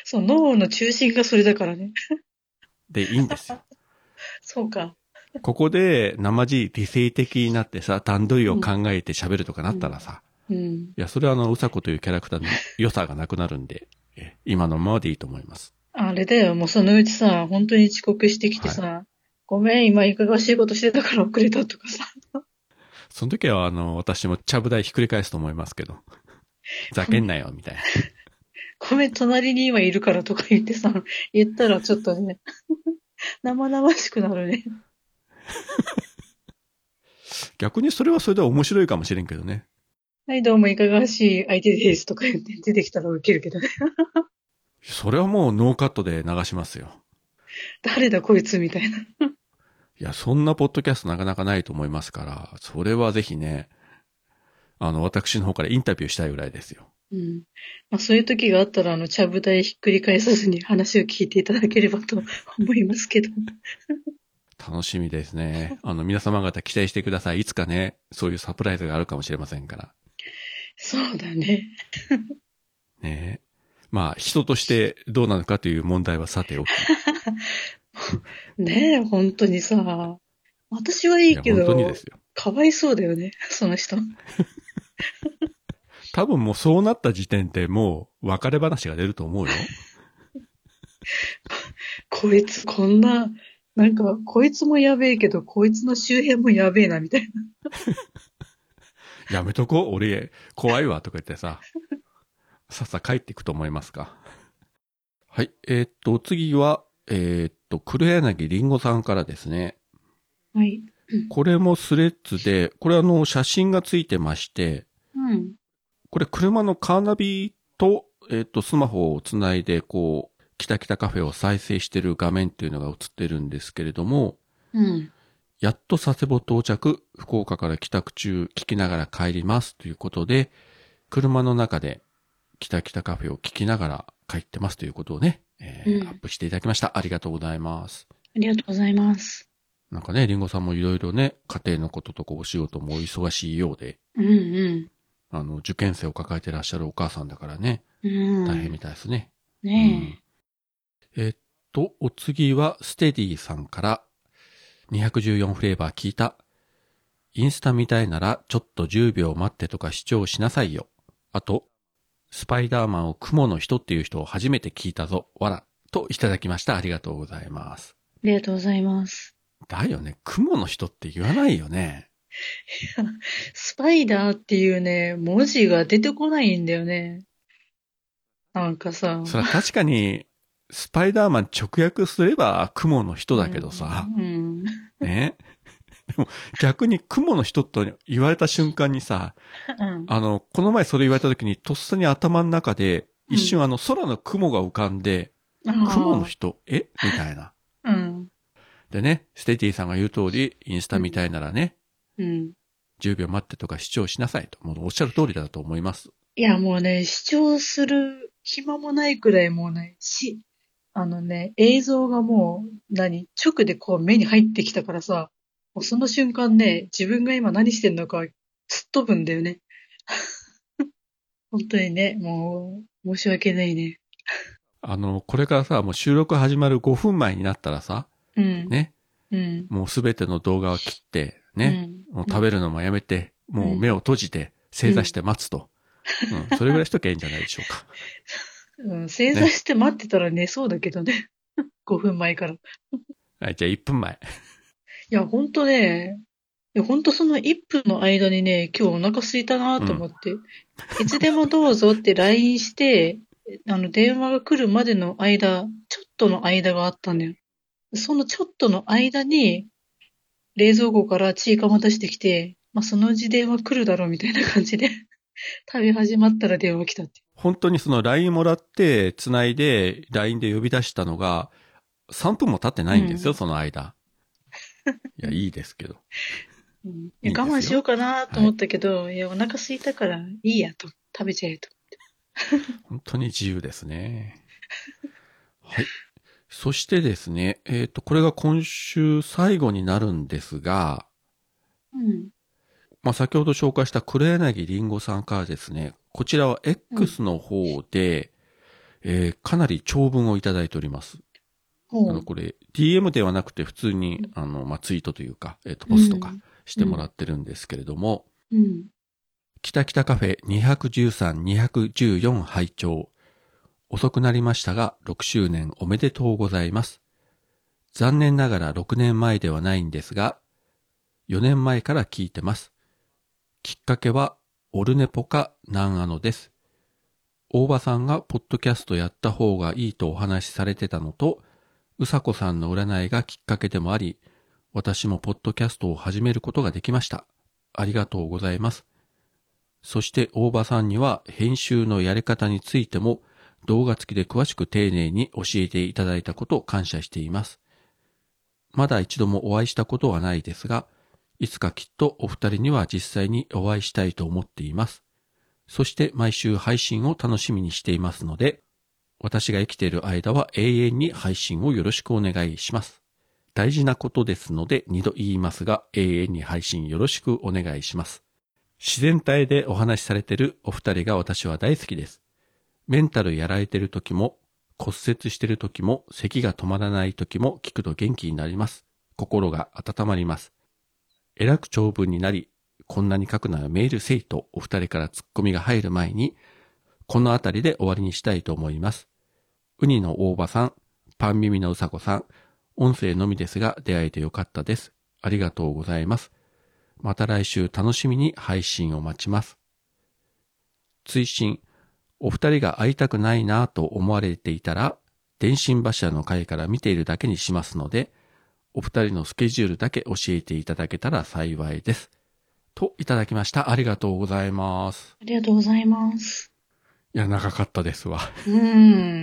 Speaker 2: そう、脳の中心がそれだからね。
Speaker 1: で、いいんですよ。
Speaker 2: そうか。
Speaker 1: ここで、生地理性的になってさ、段取りを考えて喋るとかなったらさ、
Speaker 2: うん。
Speaker 1: いや、それはあの、うさこというキャラクターの良さがなくなるんで、え今のままでいいと思います。
Speaker 2: あれだよ、もうそのうちさ、本当に遅刻してきてさ、ごめん、今いかがわしいことしてたから遅れたとかさ。
Speaker 1: その時は、あの、私もちゃぶ台ひっくり返すと思いますけど、ざけんなよ、みたいな。
Speaker 2: ごめん、隣に今いるからとか言ってさ、言ったらちょっとね、 生々しくなるね。
Speaker 1: 逆にそれはそれで面白いかもしれんけどね。
Speaker 2: はい、どうもいかがわしい相手ですとか言って出てきたらウケるけどね。
Speaker 1: それはもうノーカットで流しますよ。
Speaker 2: 誰だこいつみたいな。
Speaker 1: いや、そんなポッドキャストなかなかないと思いますから、それはぜひね、あの、私の方からインタビューしたいぐらいですよ。
Speaker 2: うん。まあそういう時があったら、あの、ちゃぶ台ひっくり返さずに話を聞いていただければと思いますけど。
Speaker 1: 楽しみですね。あの、皆様方期待してください。いつかね、そういうサプライズがあるかもしれませんから。
Speaker 2: そうだね。
Speaker 1: ねえまあ、人としてどうなのかという問題はさておき。
Speaker 2: ねえ、本当にさ。私はい
Speaker 1: い
Speaker 2: い
Speaker 1: や、
Speaker 2: け
Speaker 1: 本当に
Speaker 2: ど
Speaker 1: で、すよ。
Speaker 2: かわいそうだよね、その人。
Speaker 1: 多分もうそうなった時点でもう別れ話が出ると思うよ。
Speaker 2: こいつ、こんな、なんか、こいつもやべえけど、こいつの周辺もやべえな、みたいな。
Speaker 1: やめとこう俺、怖いわ、とか言ってさ、さっさ帰っていくと思いますか。はい、えーっと、次は、えーっと、黒柳りんごさんからですね。
Speaker 2: はい。
Speaker 1: これもスレッズで、これあの、写真がついてまして、
Speaker 2: うん。
Speaker 1: これ車のカーナビと、えーっと、スマホをつないで、こう、キタキタカフェを再生してる画面っていうのが映ってるんですけれども、
Speaker 2: うん。
Speaker 1: やっと佐世保到着、福岡から帰宅中、聞きながら帰りますということで、車の中で、北北カフェを聞きながら帰ってますということをね、えー
Speaker 2: うん
Speaker 1: アップしていただきました。ありがとうございます。
Speaker 2: ありがとうございます。
Speaker 1: なんかね、リンゴさんもいろいろね、家庭のこととかお仕事もお忙しいようで、
Speaker 2: うんう
Speaker 1: あの、受験生を抱えてらっしゃるお母さんだからね、
Speaker 2: ん。うん。
Speaker 1: 大変みたいですね。
Speaker 2: ね
Speaker 1: うんえっと、お次は、ステディさんから、214フレーバー聞いた。インスタみたいなら、ちょっと10秒待ってとか視聴しなさいよ。あと、スパイダーマンを雲の人っていう人を初めて聞いたぞ。わら。といただきました。ありがとうございます。
Speaker 2: え。ありがとうございます。
Speaker 1: だよね。雲の人って言わないよね。
Speaker 2: スパイダーっていうね、文字が出てこないんだよね。なんかさ。
Speaker 1: それは確かに、スパイダーマン直訳すれば雲の人だけどさ。
Speaker 2: うん。
Speaker 1: ね。 でも逆に雲の人と言われた瞬間にさ、
Speaker 2: うん。
Speaker 1: あの、この前それ言われた時にとっさに頭の中で一瞬あの空の雲が浮かんで、雲の人えみたいな。
Speaker 2: うん。
Speaker 1: でね、ステディさんが言う通り、インスタみたいならね、
Speaker 2: うん。
Speaker 1: 10秒待ってとか視聴しなさいと、もうおっしゃる通りだと思います。
Speaker 2: いや、もうね、視聴する暇もないくらいもうね、し、あのね、映像がもう、何、直でこう目に入ってきたからさ、もうその瞬間ね、自分が今何してんのか、すっ飛ぶんだよね。 本当にね、もう、申し訳ないね。
Speaker 1: あの、これからさ、もう収録始まる5分前になったらさ、
Speaker 2: うん。
Speaker 1: ね、
Speaker 2: うん。
Speaker 1: もうすべての動画を切って、ね、
Speaker 2: うん。
Speaker 1: もう食べるのもやめて、もう目を閉じて、正座して待つと。 うん、それぐらいしときゃいいんじゃないでしょうか。
Speaker 2: うん、正座して待ってたら寝そうだけどね。5分 前から。い
Speaker 1: はい、じゃあ1分前。
Speaker 2: や、ほんとね、いやほんとその1分の間にね、今日お腹空いたなと思って、いつでもどうぞって LINE して、あの、電話が来るまでの間、ちょっとの間があったんだよ。そのちょっとの間に、冷蔵庫からチーカマ出してきて、まあ、そのうち電話来るだろうみたいな感じで、食べ始まったら電話来たって。
Speaker 1: 本当にその LINE もらって、繋いで、LINE で呼び出したのが、3分も経ってないんですよ、
Speaker 2: うん
Speaker 1: その 間。いや、いいですけど。
Speaker 2: うん
Speaker 1: いいですよ
Speaker 2: 我慢しようかなと思ったけど、い、や、お腹空いたからいいやと、食べちゃえと。
Speaker 1: 本当に自由ですね。はい。そしてですね、えっ、と、これが今週最後になるんですが、
Speaker 2: うん。
Speaker 1: まあ、先ほど紹介した黒柳りんごさんからですね、こちらは X の方で、えーかなり長文をいただいております。
Speaker 2: ほ
Speaker 1: あ
Speaker 2: う
Speaker 1: の、これ、DM ではなくて普通に、あの、まあ、ツイートというか、えっ、と、ポストとかしてもらってるんですけれども、
Speaker 2: うん。
Speaker 1: 北北カフェ213、214拝聴。遅くなりましたが、6周年おめでとうございます。残念ながら6年前ではないんですが、4年前から聞いてます。きっかけは、オルネポかなんあのです。大場さんがポッドキャストやった方がいいとお話しされてたのと、うさこさんの占いがきっかけでもあり、私もポッドキャストを始めることができました。ありがとうございます。そして大場さんには編集のやり方についても動画付きで詳しく丁寧に教えていただいたことを感謝しています。まだ一度もお会いしたことはないですが、いつかきっとお二人には実際にお会いしたいと思っています。そして毎週配信を楽しみにしていますので、私が生きている間は永遠に配信をよろしくお願いします。大事なことですので二度言いますが永遠に配信よろしくお願いします。自然体でお話しされてるお二人が私は大好きです。メンタルやられてる時も、骨折してる時も、咳が止まらない時も聞くと元気になります。心が温まります。えらく長文になり、こんなに書くならメールせいとお二人からツッコミが入る前に、このあたりで終わりにしたいと思います。ウニの大場さん、パン耳のうさこさん、音声のみですが出会えてよかったです。ありがとうございます。また来週楽しみに配信を待ちます。追伸、お二人が会いたくないなぁと思われていたら、電信柱の回から見ているだけにしますので、お二人のスケジュールだけ教えていただけたら幸いです。と、いただきました。ありがとうございます。
Speaker 2: ありがとうございます。
Speaker 1: いや、長かったですわ。
Speaker 2: うー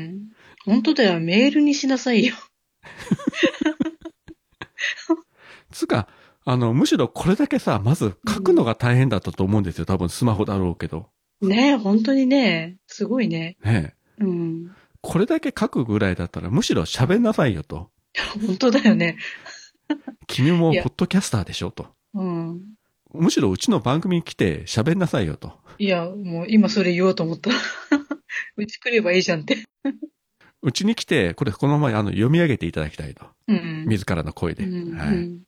Speaker 2: ん。本当だよ。メールにしなさ いよ。
Speaker 1: つうか、あの、むしろこれだけさ、まず書くのが大変だったと思うんですよ。多分スマホだろうけど。
Speaker 2: ねえ、本当にね。すごいね。
Speaker 1: ねえ。
Speaker 2: うん。
Speaker 1: これだけ書くぐらいだったら、むしろ喋んなさいよと。
Speaker 2: 本当だよね。
Speaker 1: 君も
Speaker 2: い
Speaker 1: ポ
Speaker 2: や
Speaker 1: ッドキャスターでしょと。
Speaker 2: うん。
Speaker 1: むしろうちの番組に来て喋んなさいよと。
Speaker 2: いや、もう今それ言おうと思った。 うち来ればいいじゃんって。
Speaker 1: うちに来て、これこの前あの読み上げていただきたいと。
Speaker 2: うん。
Speaker 1: 自らの声で。
Speaker 2: うん
Speaker 1: は
Speaker 2: う
Speaker 1: い、
Speaker 2: ん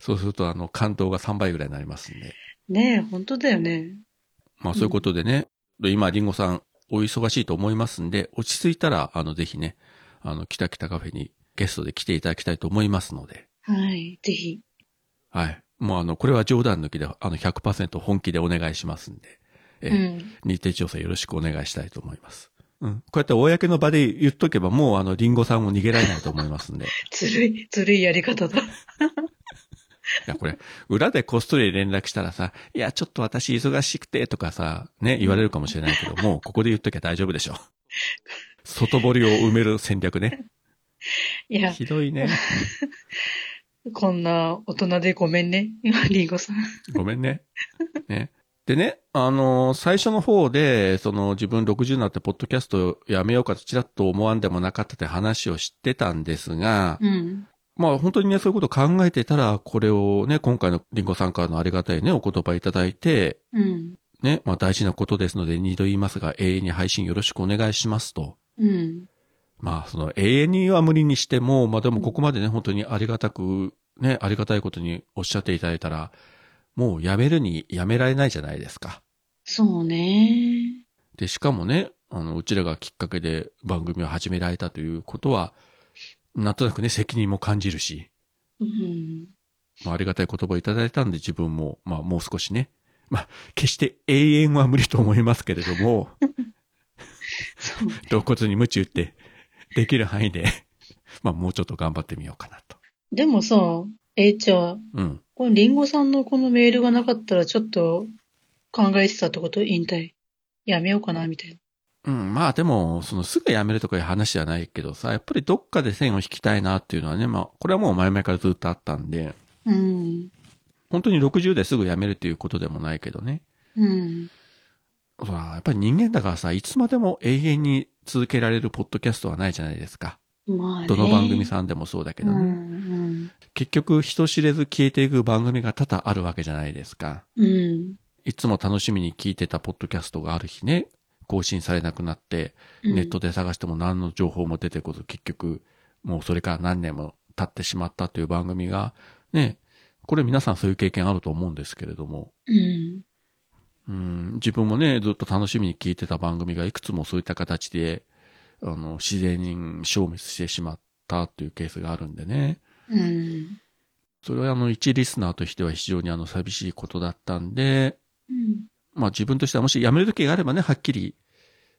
Speaker 1: そうするとあの感動が3倍ぐらいになりますんで。
Speaker 2: ねえ、本当だよね。
Speaker 1: まあそういうことでね、で今リンゴさんお忙しいと思いますんで、落ち着いたらあのぜひね、あの、きたきたカフェにゲストで来ていただきたいと思いますので。
Speaker 2: はい、ぜひ。
Speaker 1: はい。もうあの、これは冗談抜きで、あの100%本気でお願いしますんで。え
Speaker 2: う
Speaker 1: え
Speaker 2: ん。
Speaker 1: 日程調整よろしくお願いしたいと思います。うん。こうやって公の場で言っとけばもうあの、リンゴさんも逃げられないと思いますん で。い
Speaker 2: ずるい、ずるいやり方だ。
Speaker 1: や、これ、裏でこっそり連絡したらさ、いや、ちょっと私忙しくてとかさ、ね、言われるかもしれないけど、もうここで言っときゃ大丈夫で しょ。外堀を埋める戦略ね。
Speaker 2: いや、
Speaker 1: ひどいね。
Speaker 2: こんな大人でごめんね。 今、リンゴさん。
Speaker 1: ごめんね。ね。でね、あのー最初の方で、その自分60になってポッドキャストやめようかとちらっと思わんでもなかったって話をしてたんですが、
Speaker 2: うん。
Speaker 1: まあ本当にね、そういうことを考えてたら、これをね、今回のリンゴさんからのありがたいね、お言葉いただいて、
Speaker 2: うん。
Speaker 1: ね、まあ大事なことですので二度言いますが、永遠に配信よろしくお願いしますと。
Speaker 2: うん。
Speaker 1: まあその永遠には無理にしても、まあでもここまでね、本当にありがたく、ね、ありがたいことにおっしゃっていただいたら、もうやめるにやめられないじゃないですか。
Speaker 2: そうね。
Speaker 1: で、しかもね、あの、うちらがきっかけで番組を始められたということは、なんとなくね、責任も感じるし。
Speaker 2: うん。
Speaker 1: まあ、ありがたい言葉をいただいたんで自分も、まあ、もう少しね。まあ、決して永遠は無理と思いますけれど も、
Speaker 2: そう
Speaker 1: 露骨に鞭打って、できる範囲で、まあ、もうちょっと頑張ってみようかなと。
Speaker 2: でもさ、えいちゃん、
Speaker 1: うん。
Speaker 2: このリンゴさんのこのメールがなかったらちょっと考えてたってこと引退。やめようかな、みたいな。
Speaker 1: うん、まあでも、そのすぐやめるとかいう話じゃないけどさ、やっぱりどっかで線を引きたいなっていうのはね、まあ、これはもう前々からずっとあったんで、
Speaker 2: うん。
Speaker 1: 本当に60ですぐやめるっていうことでもないけどね。
Speaker 2: うん。
Speaker 1: ほらやっぱり人間だからさ、いつまでも永遠に続けられるポッドキャストはないじゃないですか。
Speaker 2: まあね。
Speaker 1: どの番組さんでもそうだけど
Speaker 2: う
Speaker 1: ね。
Speaker 2: ん、
Speaker 1: 結局、人知れず消えていく番組が多々あるわけじゃないですか。
Speaker 2: うん。うん。
Speaker 1: いつも楽しみに聞いてたポッドキャストがある日ね、更新されなくなって、
Speaker 2: うん
Speaker 1: ネットで探しても何の情報も出てこず、結局、もうそれから何年も経ってしまったという番組が、ね、これ皆さんそういう経験あると思うんですけれども、
Speaker 2: うん。
Speaker 1: うん、自分もね、ずっと楽しみに聞いてた番組がいくつもそういった形で、あの、自然に消滅してしまったというケースがあるんでね。
Speaker 2: うん。
Speaker 1: それはあの、一リスナーとしては非常にあの、寂しいことだったんで、
Speaker 2: うん。
Speaker 1: まあ自分としてはもし辞める時があればね、はっきり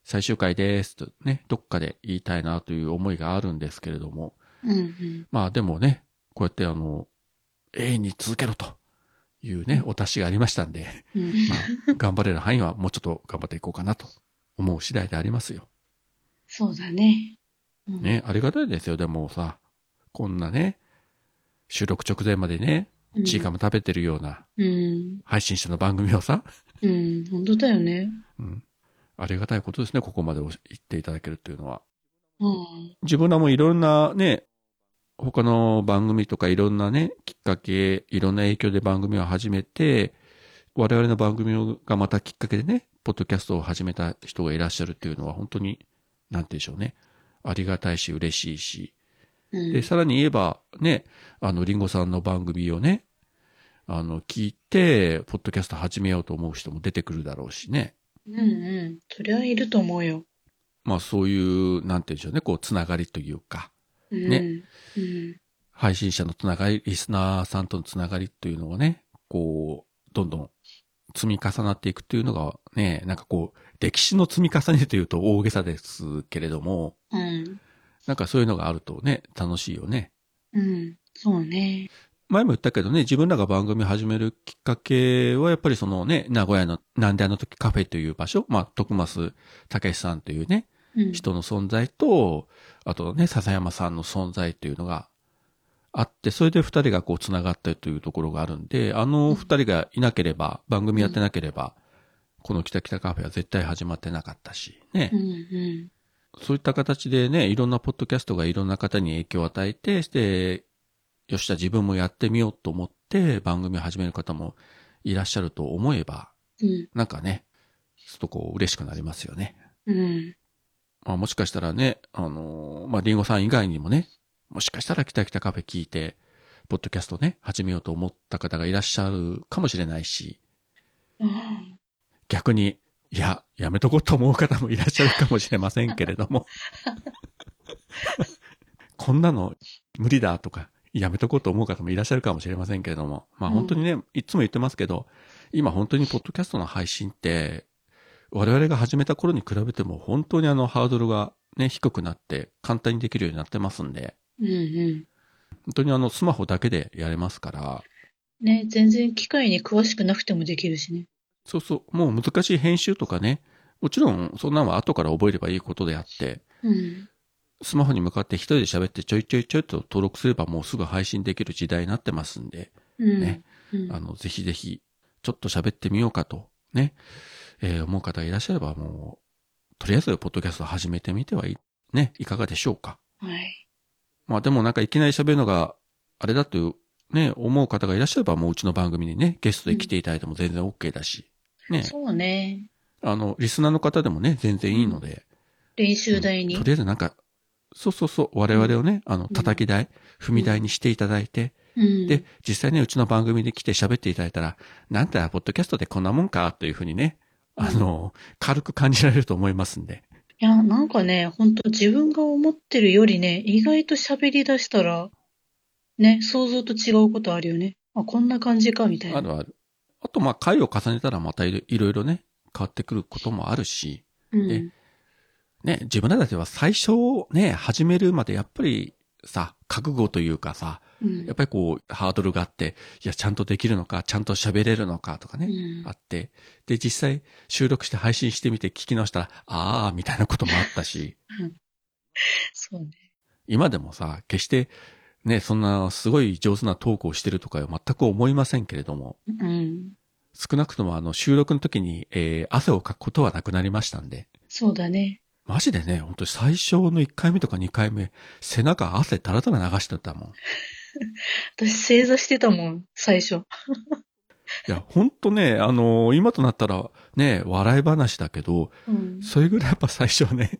Speaker 1: 最終回ですとね、どっかで言いたいなという思いがあるんですけれども、
Speaker 2: うん。
Speaker 1: まあでもね、こうやってあの、永遠に続けろというね、お達しがありましたんで、
Speaker 2: うん。
Speaker 1: まあ、頑張れる範囲はもうちょっと頑張っていこうかなと思う次第でありますよ。
Speaker 2: そうだね。うん。
Speaker 1: ね、ありがたいですよ。でもさ、こんなね、収録直前までね、
Speaker 2: うん
Speaker 1: チーカム食べてるような
Speaker 2: うん。
Speaker 1: 配信者の番組をさ、
Speaker 2: うん。本当だよね。
Speaker 1: うん、ありがたいことですね、ここまでお言っていただけるというのは。
Speaker 2: うん。
Speaker 1: 自分らもいろんなね、他の番組とかいろんなね、きっかけ、いろんな影響で番組を始めて、我々の番組がまたきっかけでね、ポッドキャストを始めた人がいらっしゃるっていうのは本当に、なんて言うんでしょうね。ありがたいし、嬉しいし。
Speaker 2: うん
Speaker 1: で、さらに言えば、ね、あの、リンゴさんの番組をね、あの、聞いて、ポッドキャスト始めようと思う人も出てくるだろうしね。
Speaker 2: うんうん。そりゃいると思うよ。
Speaker 1: まあそういう、なんて言うんでしょうね、こう、つながりというか。
Speaker 2: うん。
Speaker 1: ね
Speaker 2: うん。
Speaker 1: 配信者のつながり、リスナーさんとのつながりというのをね、こう、どんどん積み重なっていくというのがね、なんかこう、歴史の積み重ねというと 大げさですけれども、
Speaker 2: うん。
Speaker 1: なんかそういうのがあるとね、楽しいよね。
Speaker 2: うん。そうね。
Speaker 1: 前も言ったけどね、自分らが番組始めるきっかけは、やっぱりそのね、名古屋の、なんであの時カフェという場所、まあ、徳増武さんというね、
Speaker 2: うん。
Speaker 1: 人の存在と、あとね、笹山さんの存在というのがあって、それで二人がこう繋がったというところがあるんで、あの二人がいなければ、番組やってなければ、この北北カフェは絶対始まってなかったし、ね
Speaker 2: うん。。うん。
Speaker 1: そういった形でね、いろんなポッドキャストがいろんな方に影響を与えて、して、よっしゃ、自分もやってみようと思って、番組を始める方もいらっしゃると思えば、
Speaker 2: うん。
Speaker 1: なんかね、ちょっとこう嬉しくなりますよね。
Speaker 2: うん。
Speaker 1: まあ、もしかしたらね、あのーまあ、リンゴさん以外にもね、もしかしたらキタキタカフェ聞いて、ポッドキャストね、始めようと思った方がいらっしゃるかもしれないし、
Speaker 2: あ
Speaker 1: 逆に、いや、やめとこうと思う方もいらっしゃるかもしれませんけれど も、こんなの無理だとか、やめとこうと思う方もいらっしゃるかもしれませんけれども、まあ
Speaker 2: うん
Speaker 1: 本当にね、いつも言ってますけど、今本当にポッドキャストの配信って、我々が始めた頃に比べても本当にあのハードルがね、低くなって簡単にできるようになってますんで、
Speaker 2: うんうん。
Speaker 1: 本当にあのスマホだけでやれますから、
Speaker 2: ね、全然機械に詳しくなくてもできるしね。
Speaker 1: そうそう、もう難しい編集とかね、もちろんそんなんは後から覚えればいいことであって、
Speaker 2: うん。
Speaker 1: スマホに向かって一人で喋ってちょいちょいちょいと登録すればもうすぐ配信できる時代になってますんで、
Speaker 2: うん。
Speaker 1: ね
Speaker 2: うん
Speaker 1: あの、ぜひぜひ、ちょっと喋ってみようかと、ね、えー思う方がいらっしゃればもう、とりあえずポッドキャスト始めてみてはいい、ね、いかがでしょうか。
Speaker 2: はい。
Speaker 1: まあでもなんかいきなり喋るのが、あれだという、ね、思う方がいらっしゃればもううちの番組にね、ゲストで来ていただいても全然 OK だし、ね、
Speaker 2: そうね。
Speaker 1: あの、リスナーの方でもね、全然いいので、
Speaker 2: 練習台に
Speaker 1: と。りあえずなんか、そうそうそう、我々をね、あの、叩き台、踏み台にしていただいて、
Speaker 2: うん。
Speaker 1: で、実際ね、うちの番組に来て喋っていただいたら、なんだ、ポッドキャストでこんなもんか、というふうにね、あの、軽く感じられると思いますんで。
Speaker 2: いや、なんかね、本当自分が思ってるよりね、意外と喋り出したら、ね、想像と違うことあるよね。あ、こんな感じか、みたい
Speaker 1: あ
Speaker 2: な。
Speaker 1: るある。あと、まあ、回を重ねたらまたいろいろいろね、変わってくることもあるし、
Speaker 2: うん
Speaker 1: ね。ね、自分らたちは最初ね、始めるまでやっぱりさ、覚悟というかさ、
Speaker 2: うん
Speaker 1: やっぱりこう、ハードルがあって、いや、ちゃんとできるのか、ちゃんと喋れるのかとかね、
Speaker 2: うん
Speaker 1: あって、で、実際収録して配信してみて聞き直したら、あー、みたいなこともあったし、
Speaker 2: そうね。
Speaker 1: 今でもさ、決して、ね、そんなすごい上手なトークをしてるとかは全く思いませんけれども、
Speaker 2: うん。
Speaker 1: 少なくともあの収録の時に、えー汗をかくことはなくなりましたんで、
Speaker 2: そうだね。
Speaker 1: マジでね、本当最初の1回目とか2回目、背中汗たらたら流してたもん。い
Speaker 2: 私正座してたもん、最初。
Speaker 1: や、ほんとね、あのー今となったらね、笑い話だけど、
Speaker 2: うん。
Speaker 1: それぐらいやっぱ最初はね、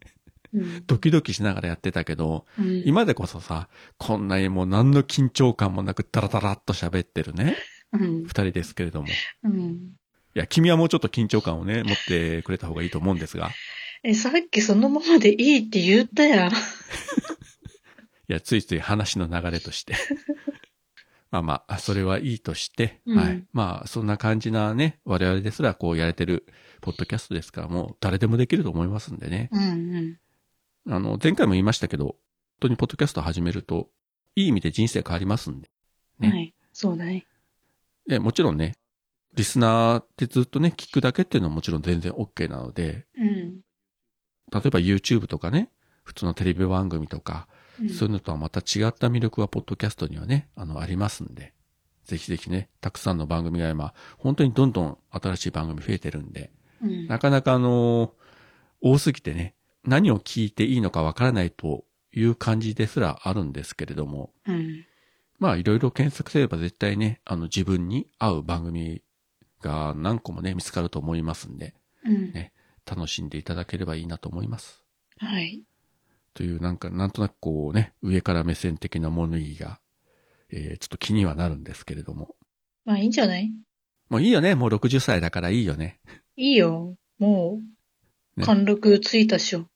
Speaker 2: うん。
Speaker 1: ドキドキしながらやってたけど、
Speaker 2: うん、
Speaker 1: 今でこそさ、こんなにもう何の緊張感もなくダラダラっと喋ってるね、
Speaker 2: うん
Speaker 1: 二。人ですけれども。い
Speaker 2: うん。
Speaker 1: や、君はもうちょっと緊張感をね、持ってくれた方がいいと思うんですが。
Speaker 2: え、さっきそのままでいいって言ったやん。
Speaker 1: いや、ついつい話の流れと して。まあまあ、それはいいとして、
Speaker 2: うん
Speaker 1: はい。まあ、そんな感じなね、我々ですらこうやれてる、ポッドキャストですから、もう誰でもできると思いますんでね。
Speaker 2: うん
Speaker 1: あの、前回も言いましたけど、本当にポッドキャスト始めると、いい意味で人生変わりますんで。
Speaker 2: うん。
Speaker 1: ね
Speaker 2: はい。そうだね。
Speaker 1: でもちろんね、リスナーってずっとね、聞くだけっていうのはもちろん全然 OK なので、
Speaker 2: うん。
Speaker 1: 例えば YouTube とかね、普通のテレビ番組とか、
Speaker 2: うん
Speaker 1: そういうのとはまた違った魅力は、ポッドキャストにはね、あの、ありますんで、ぜひぜひね、たくさんの番組が今、本当にどんどん新しい番組増えてるんで、
Speaker 2: うん。
Speaker 1: なかなかあの、多すぎてね、何を聞いていいのかわからないという感じですらあるんですけれども、
Speaker 2: うん。
Speaker 1: まあ、いろいろ検索すれば絶対ね、あの、自分に合う番組が何個もね、見つかると思いますんで、
Speaker 2: うん。
Speaker 1: ね楽しんでいただければいいなと思います。
Speaker 2: はい。
Speaker 1: という、なんか、なんとなくこうね、上から目線的な物言いが、えーちょっと気にはなるんですけれども。
Speaker 2: まあいいんじゃない
Speaker 1: もういいよね、もう60歳だからいいよね。
Speaker 2: いいよ。もう、
Speaker 1: ね
Speaker 2: 貫禄ついたっしょ。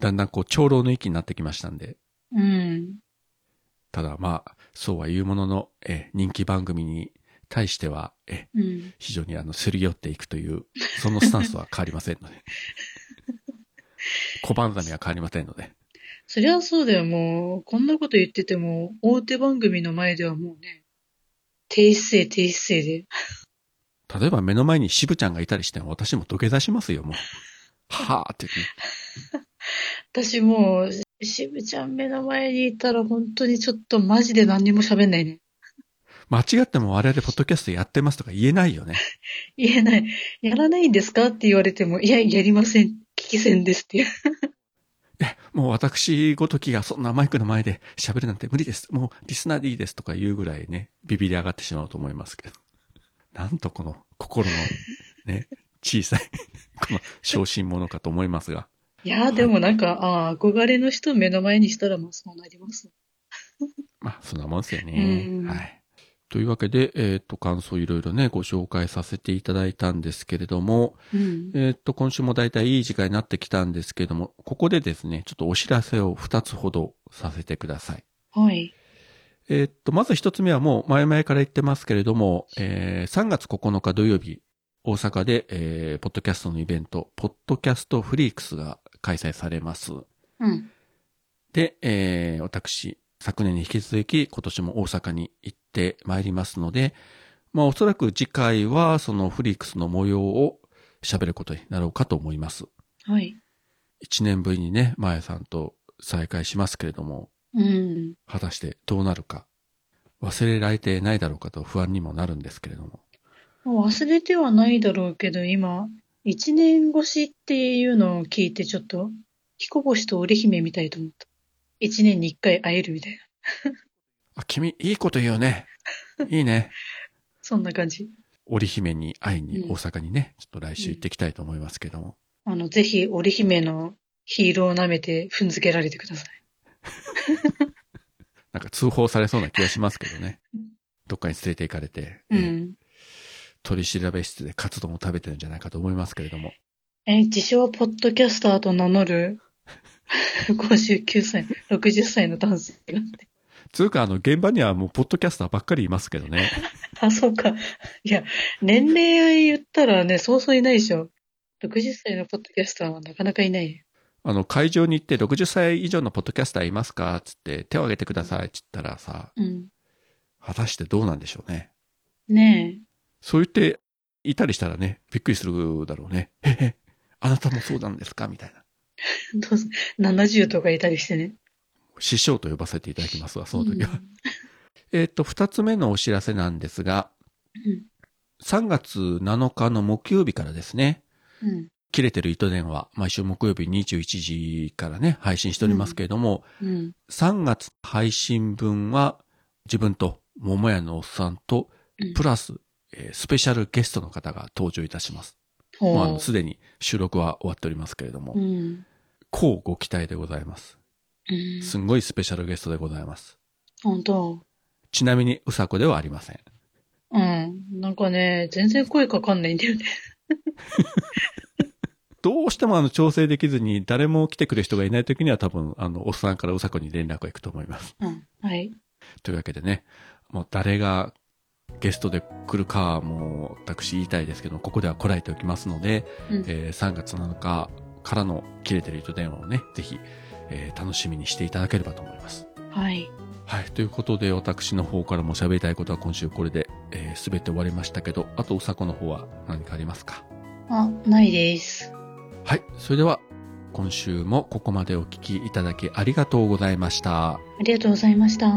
Speaker 1: だんだんこう、長老の域になってきましたんで。
Speaker 2: うん。
Speaker 1: ただまあ、そうは言うものの、えー人気番組に対しては、えー
Speaker 2: うん。
Speaker 1: 非常にあの、すり寄っていくという、そのスタンスは変わりませんので。 小判ザメは変わりませんので。
Speaker 2: そりゃそうだよ、もう。こんなこと言ってても、大手番組の前ではもうね、低姿勢、低姿勢で。
Speaker 1: 例えば目の前に渋ちゃんがいたりしても、私も土下座しますよ、もう。はぁってね、
Speaker 2: 私もう、しぶちゃん目の前にいたら本当にちょっとマジで何にも喋んないね。
Speaker 1: 間違っても我々ポッドキャストやってますとか言えないよね。
Speaker 2: 言えない。やらないんですかって言われても、いや、やりません。聞き戦ですっていう。
Speaker 1: もう私ごときがそんなマイクの前で喋るなんて無理です。もうリスナーでいいですとか言うぐらいね、ビビり上がってしまうと思いますけど。なんとこの心のね、小さい、この小心者かと思いますが。
Speaker 2: いや、でもなんか、ああ、憧れの人を目の前にしたら、まあそうなります。
Speaker 1: まあ、そんなもんですよね
Speaker 2: う。ん
Speaker 1: はい。というわけで、えっ、と、感想いろいろね、ご紹介させていただいたんですけれども、
Speaker 2: うん。
Speaker 1: えっ、と、今週もだいたいいい時間になってきたんですけれども、ここでですね、ちょっとお知らせを2つほどさせてください。
Speaker 2: はい。
Speaker 1: えーっと、まず一つ目はもう前々から言ってますけれども、えー3月9日土曜日、大阪で、えーポッドキャストのイベント、ポッドキャストフリークスが開催されます。
Speaker 2: うん。
Speaker 1: で、えー私、昨年に引き続き今年も大阪に行ってまいりますので、まあおそらく次回はそのフリークスの模様を喋ることになろうかと思います。
Speaker 2: はい。
Speaker 1: 1年ぶりにね、まやさんと再会しますけれども、
Speaker 2: うん。
Speaker 1: 果たしてどうなるか、忘れられてないだろうかと不安にもなるんですけれども。
Speaker 2: 忘れてはないだろうけど、今、一年越しっていうのを聞いて、ちょっと、彦星と織姫みたいと思った。一年に一回会えるみたいな。
Speaker 1: あ、君、いいこと言うよ ね。いいね。
Speaker 2: そんな感じ。
Speaker 1: 織姫に会いに
Speaker 2: うん
Speaker 1: 大阪にね、ちょっと来週行ってきたいと思いますけども。
Speaker 2: あの、ぜひ、織姫のヒールを舐めて踏んづけられてください。
Speaker 1: なんか通報されそうな気がしますけどね。どっかに連れて行かれて、
Speaker 2: う
Speaker 1: えー
Speaker 2: ん。
Speaker 1: 取り調べ室でカツ丼を食べてるんじゃないかと思いますけれども。
Speaker 2: え、自称ポッドキャスターと名乗る59歳、60歳の男性が。
Speaker 1: つうか、あの、現場にはもうポッドキャスターばっかりいますけど ね。
Speaker 2: あ、そうか。いや、年齢言ったらね、そうそういないでしょ。60歳のポッドキャスターはなかなかいないよ。
Speaker 1: あの、会場に行って60歳以上のポッドキャスターいますかつって、手を挙げてください。つったらさ、
Speaker 2: うん。
Speaker 1: 果たしてどうなんでしょうね。
Speaker 2: ね
Speaker 1: そう言っていたりしたらね、びっくりするだろうね。へへ、あなたもそうなんですかみたいな。
Speaker 2: え。どうす70とかいたりしてね。
Speaker 1: 師匠と呼ばせていただきますわ、その時は。
Speaker 2: うん
Speaker 1: えっと、二つ目のお知らせなんですが、
Speaker 2: うん
Speaker 1: 3月7日の木曜日からですね、
Speaker 2: うん。
Speaker 1: 切れてる糸電話、毎週木曜日21時からね、配信しておりますけれども、
Speaker 2: うん。
Speaker 1: 3月配信分は、自分と、桃屋のおっさんと
Speaker 2: うん、
Speaker 1: プラス、えースペシャルゲストの方が登場いたします。
Speaker 2: ほう
Speaker 1: もうあの、すでに収録は終わっておりますけれども、
Speaker 2: うん。
Speaker 1: こうご期待でございます。
Speaker 2: うん。
Speaker 1: すんごいスペシャルゲストでございます。
Speaker 2: 本当。
Speaker 1: ちなみに、うさこではありません。
Speaker 2: うん。なんかね、全然声かかんないんだよね。
Speaker 1: どうしてもあの調整できずに誰も来てくる人がいない時には多分あのおっさんからうさこに連絡が行くと思います。
Speaker 2: うん。はい。
Speaker 1: というわけでね、もう誰がゲストで来るかはもう私言いたいですけど、ここではこらえておきますので、
Speaker 2: うん
Speaker 1: えー3月7日からの切れてる糸電話をね、ぜひ、えー楽しみにしていただければと思います。
Speaker 2: はい。
Speaker 1: はい。ということで、私の方からも喋りたいことは今週これで、えー、全て終わりましたけど、あとうさこの方は何かありますか
Speaker 2: あ、ないです。
Speaker 1: はい。それでは、今週もここまでお聞きいただきありがとうございました。
Speaker 2: ありがとうございました。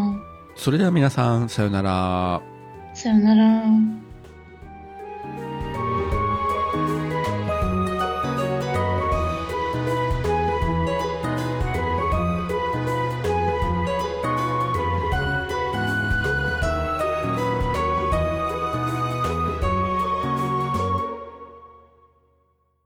Speaker 1: それでは皆さん、さようなら。
Speaker 2: さよなら。